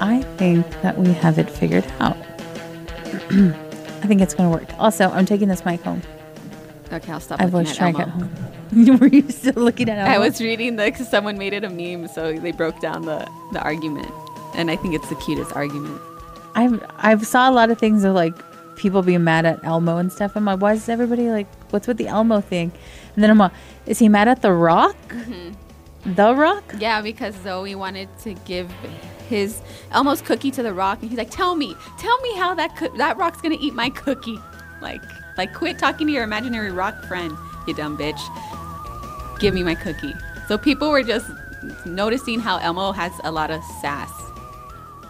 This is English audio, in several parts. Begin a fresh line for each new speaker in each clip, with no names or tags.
I think that we have it figured out. I think it's going to work. Also, I'm taking this mic home.
Okay, I'll stop.
I
looking
was
at
trying to
Elmo.
get home. Were you still looking at Elmo?
I was reading the because someone made it a meme, so they broke down the the argument, and I think it's the cutest argument.
I've I've saw a lot of things of like people being mad at Elmo and stuff. I'm like, why is everybody like, what's with the Elmo thing? And then I'm like, is he mad at the Rock?
Mm-hmm.
The Rock?
Yeah, because Zoe wanted to give his Elmo's cookie to the rock, and he's like, "Tell me, tell me how that coo- that rock's gonna eat my cookie." Like, like, quit talking to your imaginary rock friend, you dumb bitch. Give me my cookie. So people were just noticing how Elmo has a lot of sass.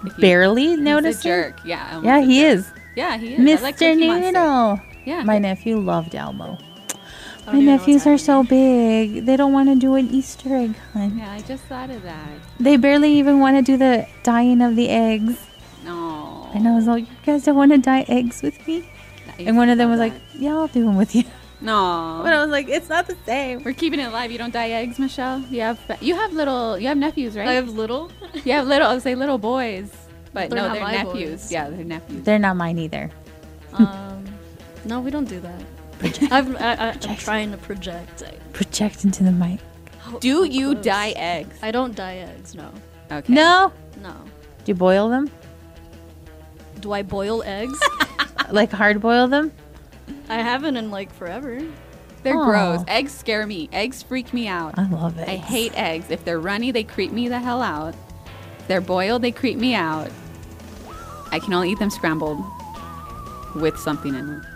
If you-
Barely
he's a
noticed.
jerk. Yeah. Elmo's
Yeah,
a
he
jerk.
is.
Yeah, he is. I
Mr.
like Cookie Monster.
Noodle.
Yeah.
My nephew loved Elmo.
I don't
My
even know what's
nephews are
happening.
so big. They don't want to do an Easter egg hunt.
Yeah, I just thought of that.
They barely even want to do the dyeing of the eggs.
No.
And I was like, you guys don't want to dye eggs with me? And one of them was like, yeah, I'll do them with you.
"No."
But I was like, it's not the same.
We're keeping it alive. You don't dye eggs, Michelle. You have you have little you have nephews, right?
I have little.
you have little. I say little boys, but
They're
no,
not
they're
my
nephews.
boys.
Yeah, they're nephews.
They're not mine either.
um, no, we don't do that. I've, I, I, I'm trying to project. I,
Project into the mic.
how-
Do
how
you
close.
dye eggs?
I don't dye eggs. No,
Okay.
No.
no.
Do you boil them?
Do I boil eggs?
Like hard boil them?
I haven't in like forever.
they're
Aw.
gross. Eggs scare me. Eggs freak me out.
I love it.
I hate eggs. If they're runny, they creep me the hell out. If they're boiled, they creep me out. I can only eat them scrambled with something in them.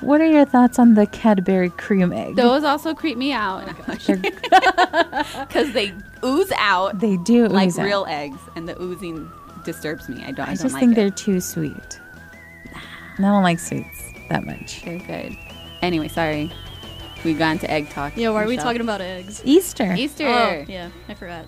What are your thoughts on the Cadbury cream egg?
Those also creep me out
They're-
because they ooze out
they do
like
ooze out.
real eggs, and the oozing disturbs me. I don't. I,
I
don't
just
like
think
it.
they're too sweet. And I don't like sweets that much.
They're good. Anyway, sorry. We got into egg talk.
Yeah, why are we
Michelle.
talking about eggs?
Easter.
Easter?
Oh, yeah, I forgot.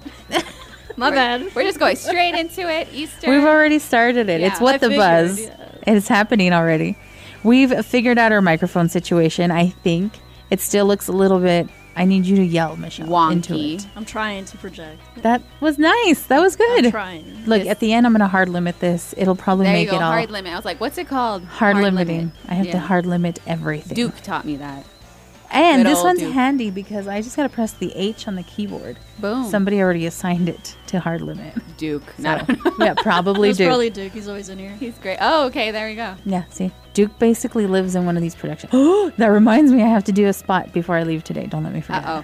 My
We're-
bad.
We're just going straight into it. Easter.
We've already started it. it's
Yeah,
what
I
the
figured,
buzz.
yeah.
It's happening already. We've figured out our microphone situation, I think. It still looks a little bit I need you to yell, Michelle, into
Wonky.
it.
I'm trying to project.
That was nice. That was good.
I'm trying.
Look,
Yes.
at the end, I'm going to hard limit this. It'll probably
there you
make
go.
it all
Hard limit. I was like, what's it called?
hard limiting. I have to
Yeah.
hard limit everything.
Duke taught me that.
and
good
this
old
one's
Duke.
handy because I just got to press the H on the keyboard.
Boom.
Somebody already assigned it to hard limit.
Duke.
So,
Not.
yeah, probably
That's
Duke.
probably Duke. He's always in here.
He's great. Oh, okay. There we go.
yeah, see, Duke basically lives in one of these productions. that reminds me, I have to do a spot before I leave today. Don't let me forget.
Uh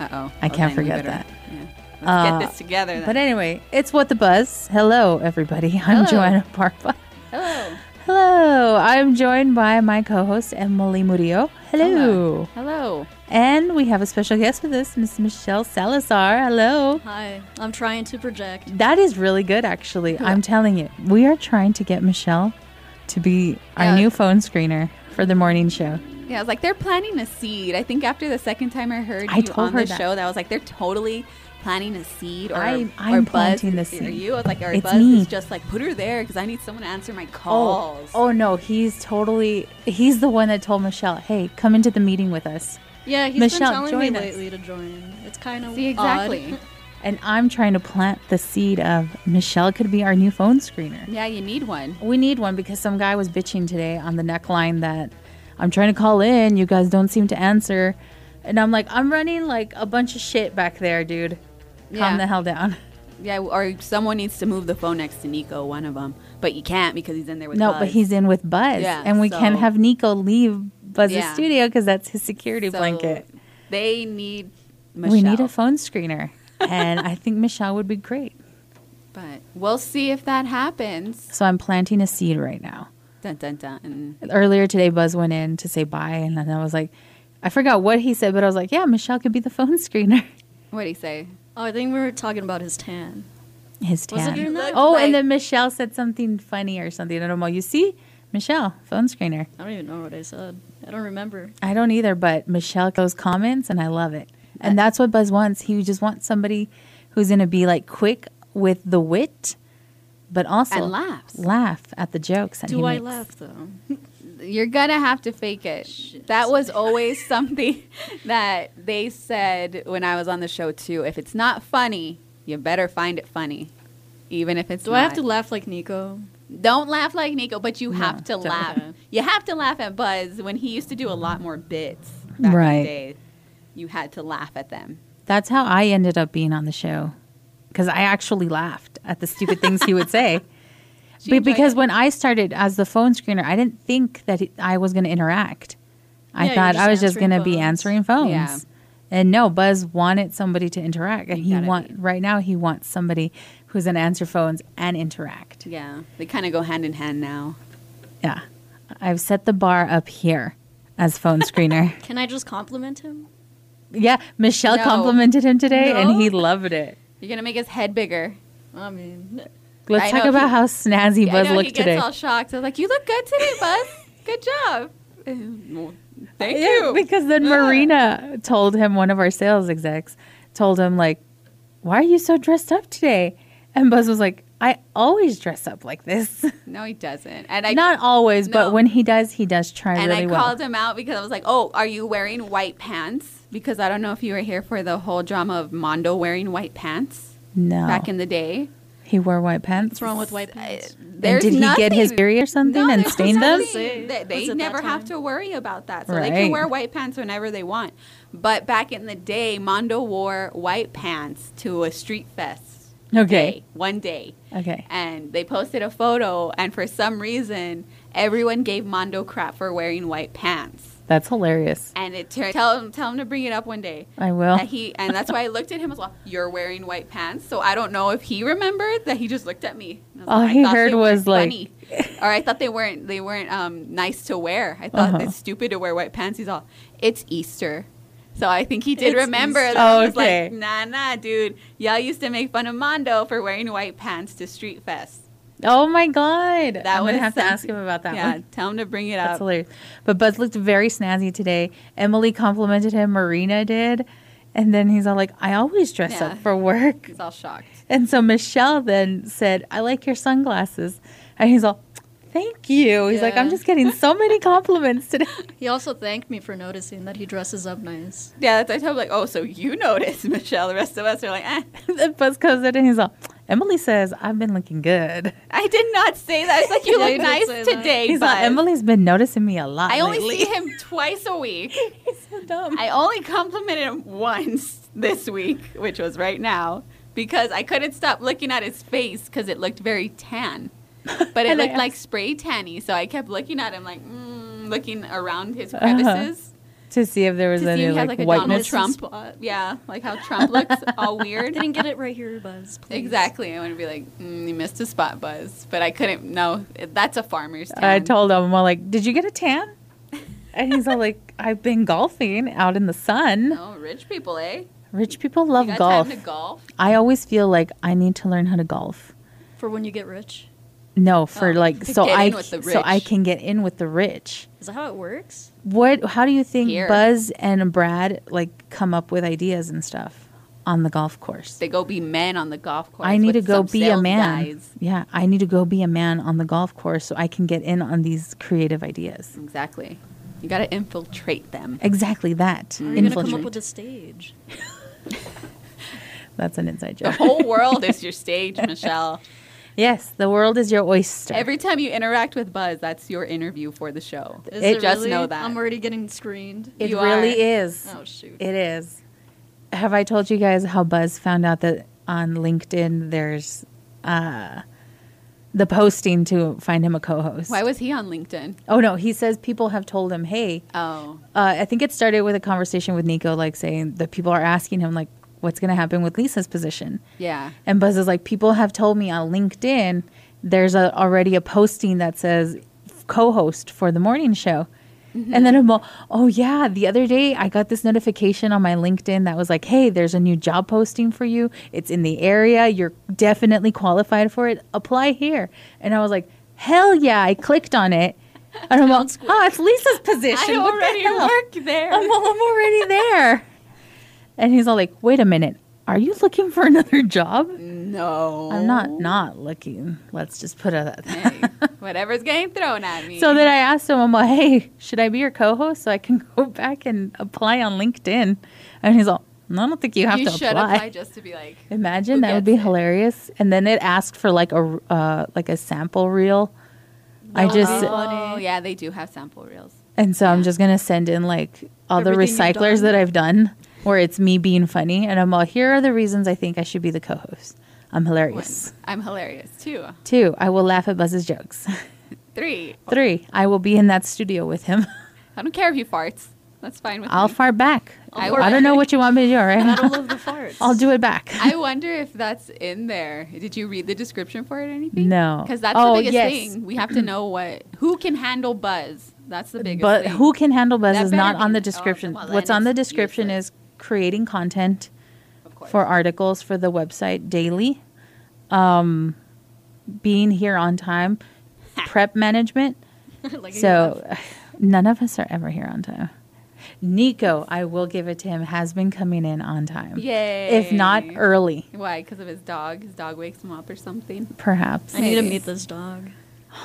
oh. Uh oh.
I can't forget that.
Yeah. Let's
Uh,
get this together. Then.
But anyway, it's what the buzz. Hello, everybody. I'm
Hello.
Joanna Parpa.
Hello.
Hello, I'm joined by my co-host Emily Murillo. Hello.
Hello.
And we have a special guest with us, Miss Michelle Salazar. Hello.
Hi. I'm trying to project.
That is really good, actually. I'm telling you, we are trying to get Michelle to be our
Yeah.
new phone screener for the morning show.
Yeah, I was like, they're planting a seed. I think after the second time I heard
I
you
told
on
her
the
that.
show, that I was like, they're totally planting a seed or,
I'm-
or
I'm
Buzz
planting the
is- or
seed.
you? I was like, our
It's
Buzz
me.
is just like, put her there because I need someone to answer my calls.
Oh, oh no, he's totally. He's the one that told Michelle, "Hey, come into the meeting with us."
Yeah, he's
Michelle,
been telling
join
me
us.
lately to join. It's kind of
See, exactly.
And I'm trying to plant the seed of Michelle could be our new phone screener.
yeah, you need one.
We need one because some guy was bitching today on the neckline that I'm trying to call in, you guys don't seem to answer. And I'm like, I'm running like a bunch of shit back there, dude.
Yeah.
Calm the hell down.
Yeah, or someone needs to move the phone next to Nico, one of them. But you can't because he's in there with
no,
Buzz.
but he's in with Buzz.
Yeah,
and we can't
so-
have Nico leave Buzz's
Yeah.
studio because that's his security
So
blanket.
They need Michelle.
We need a phone screener. and I think Michelle would be great.
But we'll see if that happens.
So I'm planting a seed right now.
Dun, dun, dun.
Earlier today, Buzz went in to say bye. And then I was like, I forgot what he said, but I was like, yeah, Michelle could be the phone screener.
What do you say?
Oh, I think we were talking about his tan.
His
Was it
tan.
your nut?
oh,
Like-
and then Michelle said something funny or something. I don't know. You see, Michelle, phone screener.
I don't even know what I said. I don't remember.
I don't either, but Michelle goes comments, and I love it. And
Uh,
that's what Buzz wants. He just wants somebody who's going to be like quick with the wit, but also
And laughs.
laugh at the jokes. That he
Do I
makes.
laugh though?
You're gonna have to fake it. That was always something that they said when I was on the show too. If it's not funny, you better find it funny. even if it's
Do I have
not.
to laugh like Nico?
Don't laugh like Nico, but you have to
don't.
laugh.
Okay.
You have to laugh at Buzz when he used to do a lot more bits back in
Right.
the day. You had to laugh at them.
That's how I ended up being on the show because I actually laughed at the stupid things he would say.
She
Be-
enjoyed
because
it.
when I started as the phone screener, I didn't think that it, I was going to interact. I
Yeah, you
thought
were
I was just
just
going to be answering
answering
phones.
Yeah.
And no, Buzz wanted somebody to interact, and
You
he
gotta
want
be.
right now he wants somebody who's going to answer phones and interact.
yeah, they kind of go hand in hand now.
Yeah, I've set the bar up here as phone screener.
Can I just compliment him?
yeah, Michelle
No.
complimented him today,
No?
and he loved it.
You're gonna make his head bigger.
I mean,
Let's
I
talk
know,
about
he-
how snazzy
I
Buzz
know
looked
he gets
today.
all shocked. I was like, "You look good today, Buzz. good job." Well, Thank
Yeah,
you.
because then
Ugh.
Marina told him one of our sales execs told him like, "Why are you so dressed up today?" And Buzz was like, "I always dress up like this.
no, he doesn't. And I
Not always,
No.
but when he does, he does try
and
really
I
well."
called him out because I was like, "Oh, are you wearing white pants?" Because I don't know if you were here for the whole drama of Mondo wearing white pants
no,
back in the day.
he wore white pants.
what's wrong with white pants?
And did he get his period or something and
there's
stain them?
nothing. They, they
Was it that
never have
time?
to worry about that, so they can
Right.
wear white pants whenever they want. But back in the day, Mondo wore white pants to a street fest.
Okay.
day, one day,
Okay.
and they posted a photo, and for some reason, everyone gave Mondo crap for wearing white pants.
That's hilarious.
And it turned tell him tell him to bring it up one day.
I will.
And he and that's why I looked at him as well. You're wearing white pants, so I don't know if he remembered that he just looked at me. And I
All
like, I
he
thought they
heard
were
was, like-
or I thought they weren't they weren't um, nice to wear. I thought
Uh-huh.
it's stupid to wear white pants. He's all, it's Easter. So I think he did
It's
remember
Easter.
that.
Oh,
He was
okay.
like, nah, nah, dude. Y'all used to make fun of Mondo for wearing white pants to Street Fest.
Oh my god!
That
I'm gonna
was
have to
something-
ask him about that
yeah,
one.
tell him to bring it
That's
up.
hilarious. But Buzz looked very snazzy today. Emily complimented him. Marina did. And then he's all like, I always dress
Yeah.
up for work.
He's all shocked.
And so Michelle then said, I like your sunglasses. And he's all, thank you. He's like, I'm
Yeah.
just getting so many compliments today.
He also thanked me for noticing that he dresses up nice.
Yeah, that's I told him like, oh, so you noticed, Michelle. The rest of us are like, eh.
then Buzz comes in and he's all, Emily says, I've been looking good.
I did not say that. It's like you
Yeah,
look
you did
nice
say that.
today,
He's
but
like, Emily's been noticing me a lot.
I only
lately."
see him twice a week.
He's so dumb.
I only complimented him once this week, which was right now, because I couldn't stop looking at his face because it looked very tan, but it
And I
looked like spray tanny. So I kept looking at him, like mm, looking around his
Uh-huh.
crevices
to see if there was
to see
any
if he had
like,
like a Donald
whiteness.
Trump. Yeah, like how Trump looks, all
I
weird.
didn't get it right here, Buzz. Please.
Exactly. I want to be like, mm, you missed a spot, Buzz. But I couldn't. No, that's a farmer's tan.
I told him, I'm all like, did you get a tan? And he's all like, I've been golfing out in the sun.
No, rich people, eh?
Rich people
You
love
got
golf.
time to golf?
I always feel like I need to learn how to golf.
For when you get rich.
No, for
Oh,
like
to
so
get
I
in with the
so I
rich.
can get in with the rich.
Is that how it works?
What? How do you think
Here.
Buzz and Brad like come up with ideas and stuff on the golf course?
They go be men on the golf course.
I need to
with
go
some
be a
sales
man.
guys.
Yeah, I need to go be a man on the golf course so I can get in on these creative ideas.
Exactly. You got to infiltrate them.
Exactly that.
Are you going to come up
Infiltrate.
with a stage?
That's an inside
The
joke.
whole world is your stage, Michelle.
Yes, the world is your oyster.
Every time you interact with Buzz, that's your interview for the show.
Is
It-
Just
really?
know that.
I'm already getting screened.
it
you
really is.
Oh, shoot.
It is. Have I told you guys how Buzz found out that on LinkedIn there's uh, the posting to find him a co-host?
Why was he on LinkedIn?
oh no, he says people have told him, "Hey,
Oh,
uh, I think it started with a conversation with Nico, like saying that people are asking him, like, what's going to happen with Lisa's position."
yeah.
And Buzz is like, people have told me on LinkedIn there's a, already a posting that says co host for the morning show.
Mm-hmm.
And then I'm all, oh yeah, the other day I got this notification on my LinkedIn that was like, hey, there's a new job posting for you. It's in the area. You're definitely qualified for it. Apply here. And I was like, hell yeah. I clicked on it. And I'm all, oh, it's Lisa's position.
I
What the
already
hell?"
work there.
I'm, all, I'm already there. And he's all like, wait a minute. Are you looking for another job?
no.
I'm not not looking. Let's just put it that.
Hey, whatever's getting thrown at me.
So then I asked him, I'm like, hey, should I be your co-host so I can go back and apply on LinkedIn? And he's all, mm, I don't think you have
you
to
should apply. just to be like.
Imagine
Who
that would
gets
be
it?
hilarious. And then it asked for like a uh, like a sample reel. I
No,
just
no.
Oh yeah, they do have sample reels.
and so I'm just gonna send in like all
Everything
the
you've
recyclers
done.
that I've done, where it's me being funny, and I'm all here are the reasons I think I should be the co-host. I'm hilarious.
One. I'm hilarious. Two,
Two, I will laugh at Buzz's jokes.
three.
Three, I will be in that studio with him.
I don't care if you farts. That's fine with
I'll
me.
fart back. I,
I'll fart
don't know
back.
what you want me to do. All right,
And I don't love the farts.
I'll do it back.
I wonder if that's in there. Did you read the description for it or anything?
No.
Because that's
Oh,
the biggest
yes.
thing. We have to know what who can handle buzz. That's the biggest
but
thing.
who can handle buzz
That
is not
better
on
be-
the
oh,
description.
well,
What's
then
on the
it's
description
useless.
is creating content
Of course.
for articles for the website daily, um, being here on time, prep management.
Like, you
So none of us are ever here on time. Nico, I will give it to him, has been coming in on time.
Yay.
If not early,
Why? Because of his dog. His dog wakes him up or something.
perhaps.
I need to
Maybe.
meet this dog.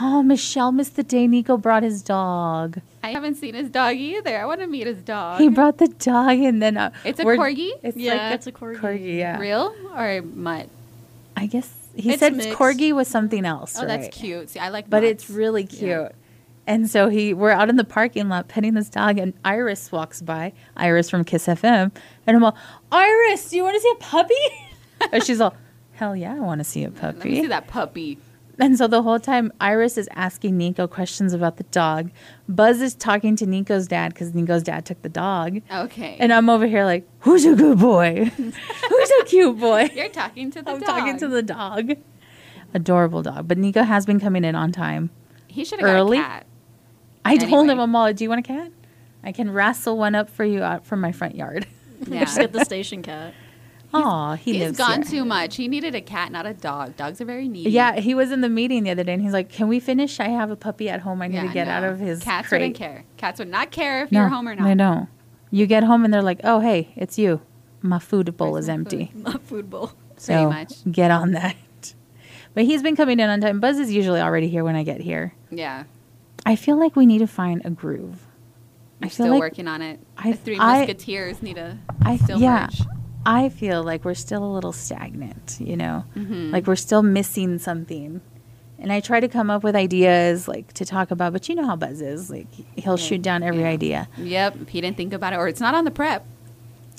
Oh, Michelle missed the day Nico brought his dog.
I haven't seen his dog either. I want to meet his dog.
He brought the dog, and then uh,
It's a
we're-
corgi?
It's
Yeah,
like
it's a corgi.
yeah.
Real or mutt?
I guess he
It's
said
mixed.
corgi was something else.
Oh,
right?
that's cute. See, I like.
But
mutts.
it's really
Yeah.
cute. And so he, we're out in the parking lot petting this dog, and Iris walks by. Iris from Kiss FM, and I'm all, Iris, do you want to see a puppy? and she's all, Hell yeah, I want to see a
Let me
puppy.
see that puppy.
And so the whole time, Iris is asking Nico questions about the dog. Buzz is talking to Nico's dad because Nico's dad took the dog,
Okay.
and I'm over here like, Who's a good boy? Who's a cute boy?
You're talking to the
I'm
dog.
talking to the dog. Adorable dog. But Nico has been coming in on time.
He should have got
early.
a cat.
I told
Anyway.
him, I'm all, do you want a cat? I can wrestle one up for you out from my front yard.
Yeah.
Just get the station cat.
Aw, he
He's
lives
gone
here.
too much. He needed a cat, not a dog. Dogs are very needy.
Yeah, he was in the meeting the other day and he's like, can we finish? I have a puppy at home I need
Yeah,
to get
no.
out of his
Cats
crate.
wouldn't care. Cats would not care if
No,
you're home or not.
They don't. You get home and they're like, oh, hey, it's you. My food bowl
Where's
is
my
empty.
My food bowl.
Pretty
So
much.
get on that. But he's been coming in on time. Buzz is usually already here when I get here.
Yeah.
I feel like we need to find a groove.
I'm
feel
still
like
working on it.
I-
the three
I-
musketeers need a
I-
still
yeah.
merge.
I feel like we're still a little stagnant, you know?
Mm-hmm.
Like we're still missing something. And I try to come up with ideas like to talk about, but you know how Buzz is. Like he'll
Yeah.
shoot down every
Yeah.
idea.
Yep. He didn't think about it, or it's not on the prep.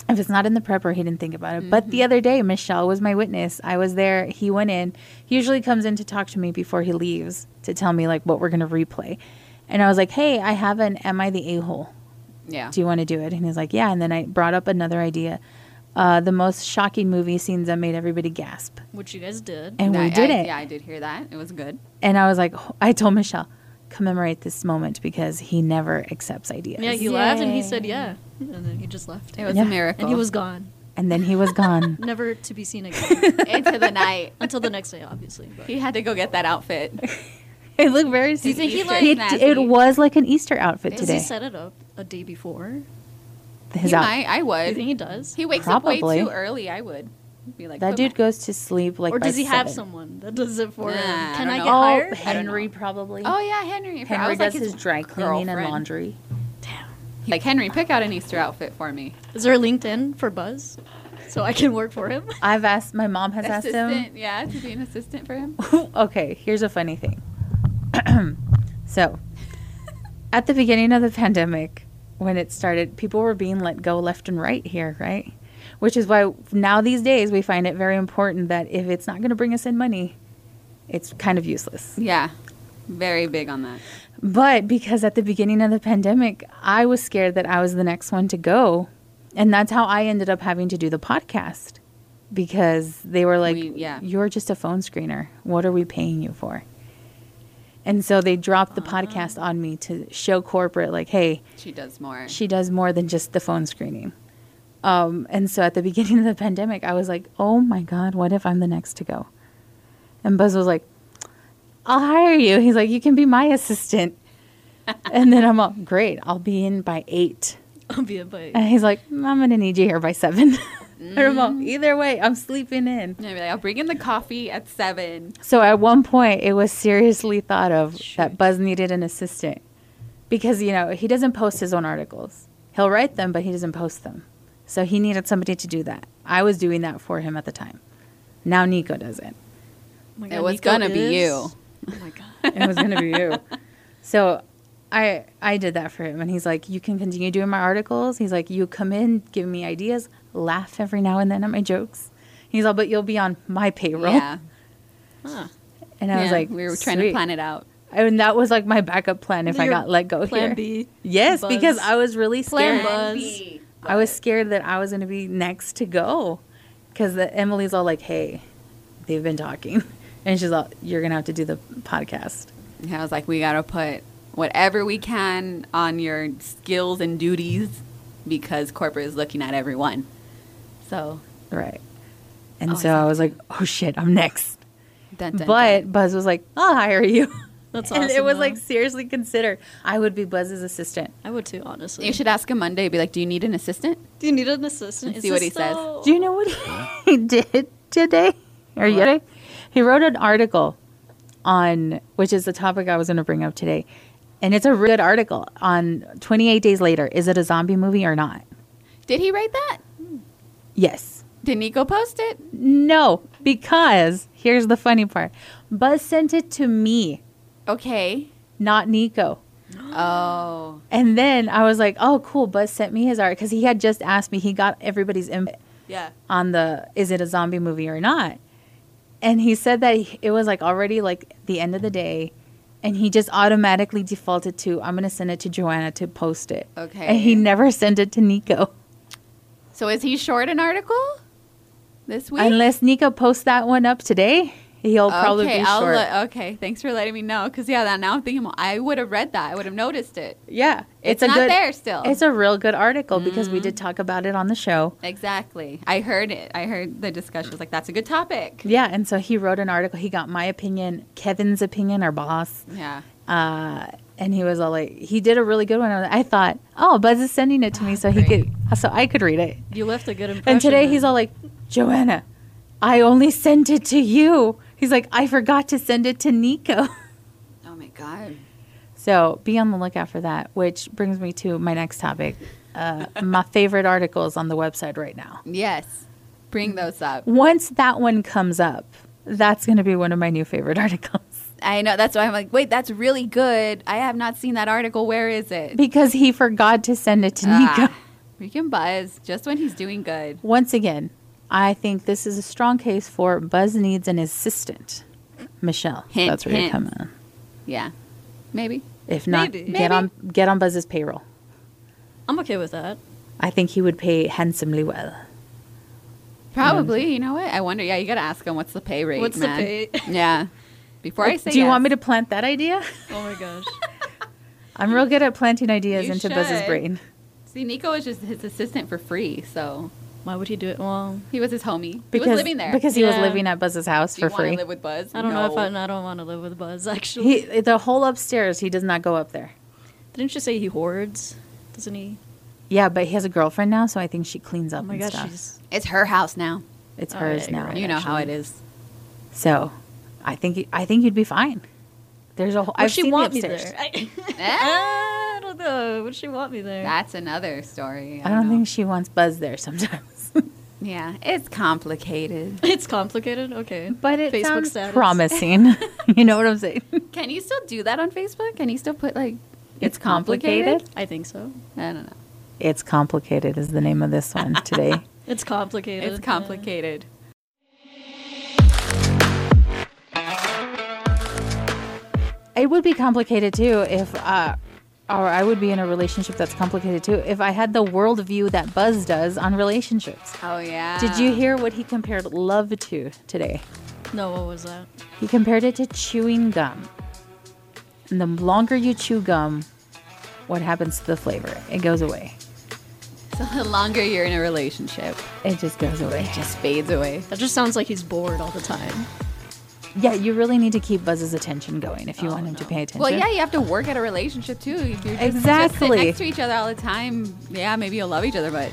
If it's not in the prepper, he didn't think about it. But
Mm-hmm.
the other day, Michelle was my witness. I was there. He went in. He usually comes in to talk to me before he leaves to tell me like what we're going to replay. And I was like, hey, I have an Am I the a hole?
Yeah.
do you want to do it? And he's like, yeah. And then I brought up another idea. Uh, the most shocking movie scenes that made everybody gasp.
Which you guys did.
And
I-
we did
I-
it.
Yeah, I did hear that. It was good.
And I was like, I told Michelle, commemorate this moment because he never accepts ideas.
Yeah, you laughed and he
Yay.
said yeah. And then he just left.
It was
Yeah.
a miracle.
and he was gone.
And then he was gone.
Never to be seen again.
into the night.
Until the next day, obviously. But.
He had to go get that outfit.
it looked very. Do
you think he
it,
likes
it
Nasty?
was like an Easter outfit
Does
today.
he set it up a day before?
His
he
out-
might. I
Do you
would.
think he does?
He wakes up way
Probably.
too early. I would be like
that
put
dude
my-
goes to sleep like.
or
by
does he have
seven.
someone that does it for him?
Nah, I
Can
don't
I,
know.
get
Oh,
Oh,
hired?
Henry probably.
Oh yeah, Henry. I
Henry
was
does
like
his dry cleaning and
girlfriend.
laundry.
Like Henry, pick out an Easter outfit for me.
Is there a LinkedIn for Buzz so I can work for him?
I've asked. My mom has asked him.
assistant, yeah, to be an assistant for him.
okay, here's a funny thing. so, at the beginning of the pandemic, when it started, people were being let go left and right here, right? Which is why now these days we find it very important that if it's not going to bring us in money, it's kind of useless.
Yeah, very big on that.
But because at the beginning of the pandemic, I was scared that I was the next one to go. And that's how I ended up having to do the podcast because they were like,
We- yeah.
You're just a phone screener. What are we paying you for? And so they dropped the
Uh-huh.
podcast on me to show corporate, like, hey,
She does more.
she does more than just the phone screening. Um, and so at the beginning of the pandemic, I was like, oh my God, what if I'm the next to go? And Buzz was like, I'll hire you. He's like, you can be my assistant. and then I'm like, great, I'll be in by eight.
I'll be a bite.
Uh,
Oh
And he's like, "Mm, I'm going to need you here by seven. And I'm all, either way, I'm sleeping in.
And I'd be like, I'll bring in the coffee at seven.
So at one point, it was seriously thought of that
Shoot.
Buzz needed an assistant because, you know, he doesn't post his own articles. He'll write them, but he doesn't post them. So he needed somebody to do that. I was doing that for him at the time. Now Nico does it.
Oh my
It was gonna be you.
Oh my god.
It was going to be you. So I I did that for him and he's like, "You can continue doing my articles." He's like, "You come in, give me ideas, laugh every now and then at my jokes." He's all, "But you'll be on my payroll."
Yeah. Huh.
And I was
Yeah,
like,
we were trying
"Sweet."
to plan it out.
And that was like my backup plan if I
Your
got let go
Plan
here.
B.
Yes,
Buzz.
because I was really
Plan
scared.
Buzz. B.
I was scared that I was going to be next to go because Emily's all like, hey, they've been talking. And she's all, you're going to have to do the podcast.
And I was like, we gotta put whatever we can on your skills and duties because corporate is looking at everyone. So
Right. And
Oh,
so
I
I was like, oh shit, I'm next.
dun, dun,
but
dun.
Buzz was like, I'll hire you.
That's
and it
awesome,
was
though.
like, seriously consider. I would be Buzz's assistant.
I would too, honestly.
you should ask him Monday. Be like, do you need an assistant?
Do you need an assistant?
Let's
Is
see what
this
he says.
the-
Do you know what he did today or yesterday? He wrote an article on which is the topic I was going to bring up today, and it's a really good article on 28 Days Later. Is it a zombie movie or not?
Did he write that?
Yes.
Did Nico post it?
No, because here's the funny part. Buzz sent it to me,
Okay.
not Nico.
Oh.
And then I was like, "Oh, cool." Buzz sent me his art because he had just asked me. He got everybody's input.
Yeah.
on the is it a zombie movie or not and he said that he- it was like already like the end of the day and he just automatically defaulted to i'm going to send it to joanna to post it
Okay.
and he never sent it to nico
So is he short an article this week?
unless nico posts that one up today he'll probably
okay,
be
I'll
short
look- okay, thanks for letting me know. Because yeah, that- now I'm thinking well, I would have read that. I would have noticed it.
yeah
It's, not there still. Mm-hmm.
it's a real good article because we did talk about it on the show
exactly. I heard it. I heard the discussion. I was like, that's a good topic.
yeah and so he wrote an article he got my opinion kevin's opinion our boss
Yeah.
uh, and he was all like, he did a really good one. I thought, oh, Buzz is sending it to me so he could, so I could read it.
You left a good impression.
And today
then.
he's all like, Joanna, I only sent it to you. He's like, I forgot to send it to Nico.
Oh my god.
So be on the lookout for that, which brings me to my next topic. Uh, my favorite articles on the website right now.
Yes. Bring those up.
Once that one comes up, that's going to be one of my new favorite articles.
I know. That's why I'm like, wait, that's really good. I have not seen that article. Where is it?
Because he forgot to send it to Nico.
Ah, freaking Buzz. Just when he's doing good.
Once again, I think this is a strong case for Buzz needs an assistant. Michelle.
Hint,
that's where you
hint.
come in.
Yeah. Maybe.
If not,
Maybe.
get on get on Buzz's payroll.
I'm okay with that.
I think he would pay handsomely well.
Probably. You know what? I wonder. Yeah, you gotta ask him what's the pay rate.
What's the
man.
pay?
yeah. Before I
Like,
say,
Do you want me
yes.
to plant that idea?
Oh my gosh.
I'm real good at planting ideas
You
into Buzz's
should.
brain.
See, Nico was just his assistant for free, so
Why would he do it? Well,
he was his homie.
Because
he was living there.
Because he was
Yeah.
living at Buzz's house
Do you
for
wanna
free.
live with Buzz?
I don't know if
No.
I, I don't want to live with Buzz. Actually,
He the whole upstairs, he does not go up there.
didn't you say he hoards? Doesn't he?
Yeah, but he has a girlfriend now, so I think she cleans up
Oh my
and
gosh,
stuff.
she's
It's her house now.
it's
Oh,
hers
yeah,
now.
you're
you know how it
actually.
is.
So, I think I think you'd be fine. There's a whole.
Would
I've
she
seen the
want me
upstairs.
there? I,
Ah.
I don't know. Would she want me there?
That's another story.
I don't
know.
think she wants Buzz there sometimes.
Yeah, it's complicated.
It's complicated. Okay,
but it
Facebook
sounds
status.
promising. you know what I'm saying?
Can you still do that on Facebook? Can you still put like
It's complicated?
I think so.
I don't know.
It's complicated is the name of this one today.
It's complicated.
It's
yeah.
complicated.
it would be complicated too if, uh, or I would be in a relationship that's complicated too if I had the worldview that Buzz does on relationships.
Oh yeah.
Did you hear what he compared love to today?
No, what was that?
He compared it to chewing gum. And the longer you chew gum, what happens to the flavor? It goes away.
So the longer you're in a relationship,
It just goes away.
it just fades away.
That just sounds like he's bored all the time.
Yeah, you really need to keep Buzz's attention going if you want him to pay attention.
Well, yeah, you have to work at a relationship too. If you're just, just sit
Exactly.
next to each other all the time, yeah, maybe you'll love each other, but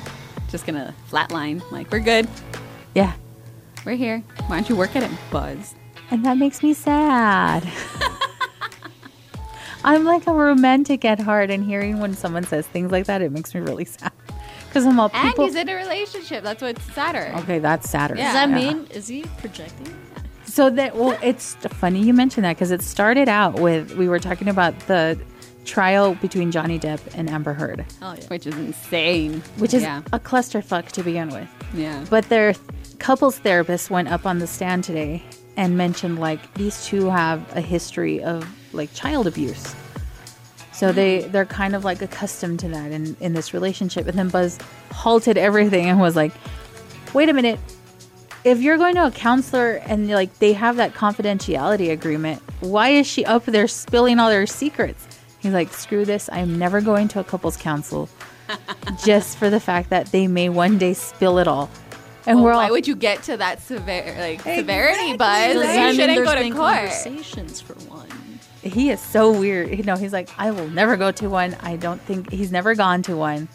just gonna flatline. Like we're good,
Yeah.
we're here. Why don't you work at it, Buzz?
And that makes me sad. I'm like a romantic at heart, and hearing when someone says things like that, it makes me really sad. Because I'm all
And
people. Oh,
he's in a relationship. That's what's sadder.
okay, that's sadder.
Yeah.
Does that mean is he projecting?
So that well, it's funny you mentioned that because it started out with we were talking about the trial between Johnny Depp and Amber Heard,
Oh yeah.
Which is insane.
which is
yeah,
a clusterfuck to begin with.
yeah.
But their couples therapist went up on the stand today and mentioned like these two have a history of like child abuse. So they they're kind of like accustomed to that in in this relationship. And then Buzz halted everything and was like, "Wait a minute. If you're going to a counselor and like they have that confidentiality agreement, why is she up there spilling all their secrets?" He's like, "Screw this. I'm never going to a couples counsel just for the fact that they may one day spill it all." And
Well,
we're all
why would you get to that severe like
Exactly.
severity, Buzz?
Does
Like,
that
you shouldn't
there's
go to
been
court.
conversations for one?
He is so weird. You know, he's like, I will never go to one. I don't think he's never gone to one.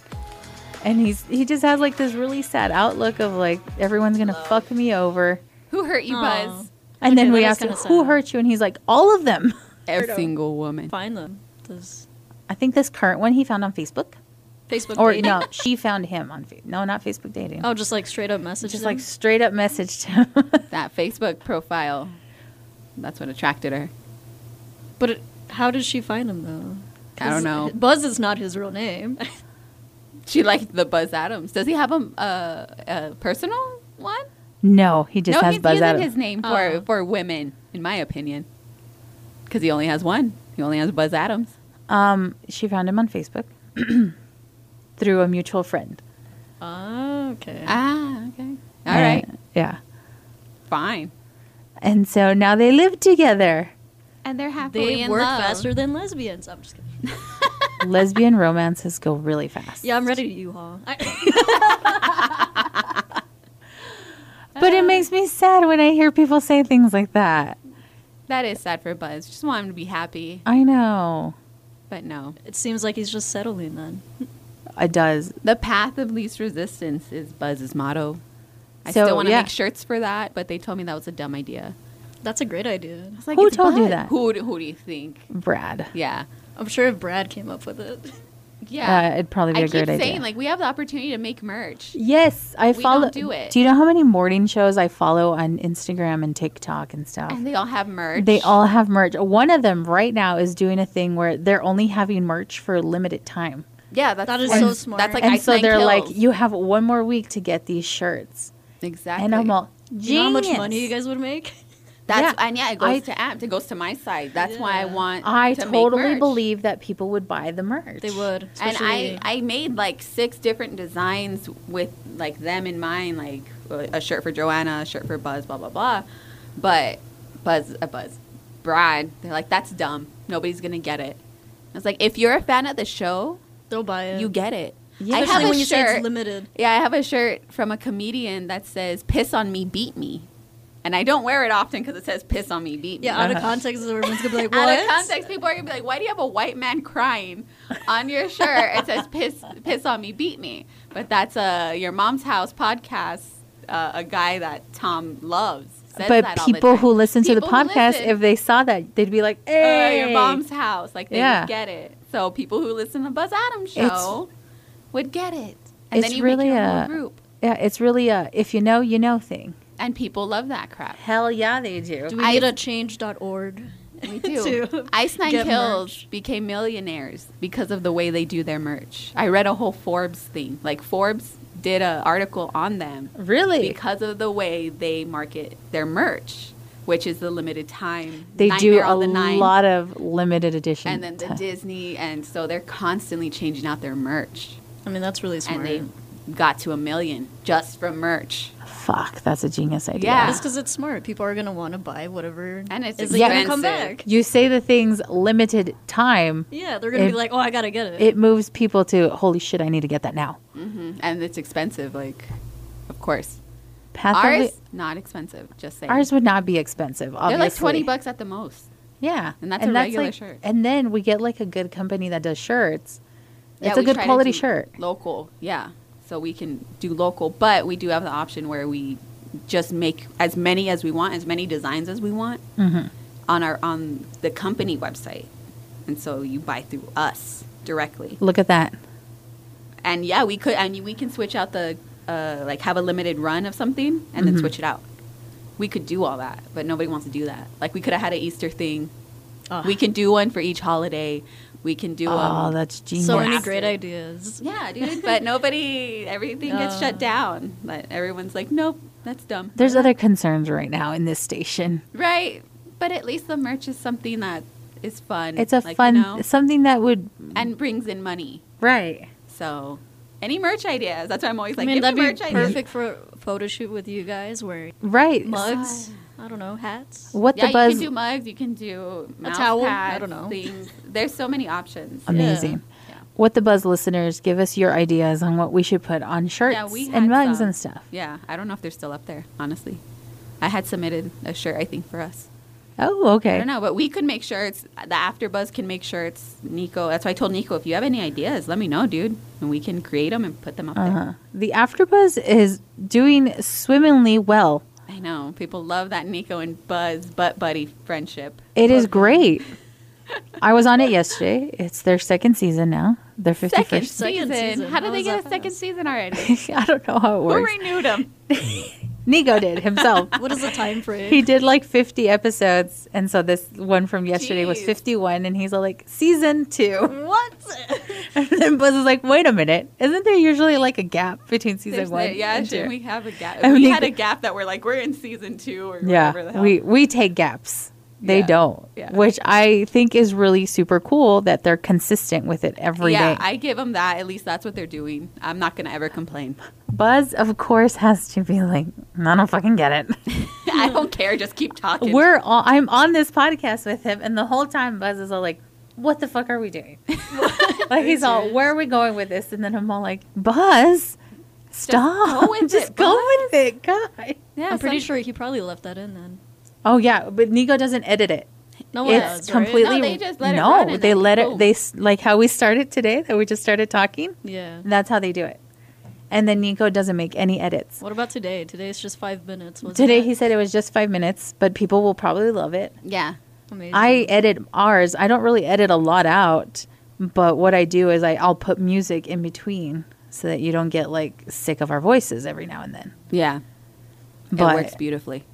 And he's he just has like this really sad outlook of like everyone's gonna fuck me over.
Who hurt you, Buzz?
And then
Okay,
we
that is
ask him,
kinda
who
sad.
hurt you? And he's like, all of them.
Every single woman.
Find them. Does
I think this current one he found on Facebook,
Facebook
or
dating?
no, she found him on Fa- no, not Facebook dating.
Oh, just like straight up messages.
just
him?
like straight up messaged him.
That Facebook profile. That's what attracted her.
But it, how did she find him though?
I don't
'Cause
know.
Buzz is not his real name.
She liked the Buzz Adams. Does he have a, a, a personal one?
no, he just
no,
has
he's
Buzz
using
Adams.
his name for
Oh.
for women, in my opinion, because he only has one. He only has Buzz Adams.
Um, she found him on Facebook through a mutual friend.
oh, okay.
Ah, okay. All
And-
right,
yeah.
fine.
And so now they live together.
And they're happily
they
in
work
love.
faster than lesbians. I'm just kidding.
lesbian romances go really fast.
Yeah, I'm ready to U-Haul. I-
But
uh,
it makes me sad when I hear people say things like that.
That is sad for Buzz. Just want him to be happy,
I know.
but no.
it seems like he's just settling then.
It does.
The path of least resistance is Buzz's motto. I
So,
still want to
yeah.
make shirts for that, but they told me that was a dumb idea.
That's a great idea.
I was like,
Who
"It's
told you
Buzz."
that?
Who, do- who do you think?
Brad.
Yeah.
I'm sure if Brad came up with it.
Yeah.
Uh, it'd probably be
I
a
keep
great
saying,
idea.
like, we have the opportunity to make merch.
yes, I
We
follow.
don't do it.
you know how many morning shows I follow on Instagram and TikTok and stuff?
And they all have merch.
They all have merch. One of them right now is doing a thing where they're only having merch for a limited time.
Yeah, that's
That is
like-
so smart.
That's like
and
Ice
so
Man
they're like,
Kills.
you have one more week to get these shirts.
exactly.
And I'm all, genius.
Do you know how much money you guys would make?
That's
Yeah.
and yeah, it goes
I-
to Amped. It goes to my side. That's why I
Yeah.
want.
I
to make
totally
merch.
believe that people would buy the merch.
They would.
And I,
especially-
I made like six different designs with like them in mind, like a shirt for Joanna, a shirt for Buzz, blah blah blah. But Buzz, a Buzz, Brad, they're like, that's dumb. Nobody's gonna get it. I was like, if you're a fan of the show,
they'll buy it.
you get it.
Yeah.
I
Especially
have a
when you say
shirt.
it's limited.
Yeah, I have a shirt from a comedian that says "Piss on me, beat me," and I don't wear it often because it says "Piss on me, beat me."
Yeah, out of
Uh-huh.
context, everyone's gonna be like, "What?"
Out of context, people are gonna be like, "Why do you have a white man crying on your shirt?" It says "piss, piss on me, beat me." But that's a your mom's house podcast. Uh, a guy that Tom loves. Says that
but
all the
people
time.
who listen to the
People who
podcast,
listen,
if they saw that, they'd be like,
uh,
"Hey,
your mom's house, like they
Yeah.
would get it. So people who listen to Buzz Adams
It's-
show would get it, and
it's
then you
really
make your own
a-
group,
Yeah, it's really a if you know, you know thing.
and people love that crap.
Hell yeah, they do.
Do we
I-
need a change.org?
We do.
to
Ice Nine
get
Kills
merch?
became millionaires because of the way they do their merch. I read a whole Forbes thing. Like Forbes did an article on them
really?
because of the way they market their merch, which is the limited time.
they do
Nightmare
a
on the Nine,
lot of limited edition.
and then the
t-
Disney, and so they're constantly changing out their merch.
I mean, that's really smart.
And they got to a million just from merch.
Fuck, that's a genius idea.
Yeah.
Just because it's smart, people are gonna want to buy whatever,
And it's
is like gonna
expensive.
come back.
You say the things limited time,
Yeah, they're gonna
It-
be like, "Oh, I gotta get it."
it moves people to holy shit, I need to get that now.
hmm And it's expensive, like, of course.
Path of
ours,
the-
not expensive, just saying.
ours would not be expensive. Obviously.
They're like 20 bucks at the most.
Yeah,
And that's a regular
like-
shirt.
And then we get like a good company that does shirts.
Yeah,
it's a
we
good
try to
quality
do
shirt.
Local, yeah. So we can do local, but we do have the option where we just make as many as we want, as many designs as we want
Mm-hmm.
on our on the company website. And so you buy through us directly.
Look at that.
and yeah, we could, and we can switch out the uh, like have a limited run of something and
Mm-hmm.
then switch it out. We could do all that, but nobody wants to do that. Like we could have had an Easter thing.
Ah.
We can do one for each holiday. We can do.
Oh,
um,
that's genius.
so
more
many
acid.
great ideas.
yeah, dude. But nobody. Everything gets shut
Uh.
down. Like everyone's like, nope, that's dumb.
There's other concerns right now in this station.
right, but at least the merch is something that is fun.
It's a
like, you
fun
know,
something that would
and brings in money.
right.
So, any merch ideas? That's why I'm always
I
like,
mean,
give me
that'd
merch
be
ideas.
perfect for a photo shoot with you guys wearing
Right.
mugs. I don't know, hats.
What
yeah,
the buzz
you can do mugs. You can do
A
mouth
towel? I
pads,
don't know.
Things. There's so many options.
amazing.
Yeah.
What the buzz listeners give us your ideas on what we should put on shirts
we had
and mugs
some.
and stuff.
Yeah, I don't know if they're still up there. Honestly, I had submitted a shirt. I think for us.
Oh, okay.
I don't know, but we could make shirts. The After Buzz can make shirts. Nico, that's why I told Nico if you have any ideas, let me know, dude, and we can create them and put them up
Uh-huh.
there.
The AfterBuzz is doing swimmingly well.
I know people love that Nico and Buzz butt buddy friendship.
It is great. I was on it yesterday. It's their second season now. Their
Second
51st.
season.
Second season.
How did
How
they
was
get a
that
second
fast?
season already?
I don't know how it
Who
works.
renewed them?
Nigo did himself.
What is the time frame?
he did like 50 episodes. And so this one from yesterday was
Jeez.
51. And he's all like, season two.
what?
And then Buzz is like, wait a minute. Isn't there usually like a gap between season
There's
one
no- yeah,
and
did
two?
we have a gap?
I
we
mean,
had
they-
a gap that we're like, we're in season two or whatever the
yeah,
hell.
we, we take gaps. They
Yeah,
don't,
yeah.
which I think is really super cool that they're consistent with it every day.
yeah, I give them that. At least that's what they're doing. I'm not going to ever complain.
Buzz, of course, has to be like, I don't fucking get it.
I don't care. Just keep talking.
We're all, I'm on this podcast with him, and the whole time Buzz is all like, "What the fuck are we doing?" like he's all, "Where are we going with this?" And then I'm all like, "Buzz, stop!
go with
Just
it,
go with it, guy."
yeah,
I'm pretty
some-
sure he probably left that in then.
Oh yeah, but Nico doesn't edit it.
No one
it's
does, right?
completely
Oh, No, they just let it
no,
run and
they
then
let it.
boom.
They s- like how we started today that we just started talking.
Yeah.
That's how they do it. And then Nico doesn't make any edits.
What about today? Today's just five minutes. wasn't
Today
it?
he said it was just five minutes, but people will probably love it.
Yeah.
Amazing.
I edit ours. I don't really edit a lot out, but what I do is I, I'll put music in between so that you don't get like sick of our voices every now and then.
Yeah.
But
it works beautifully.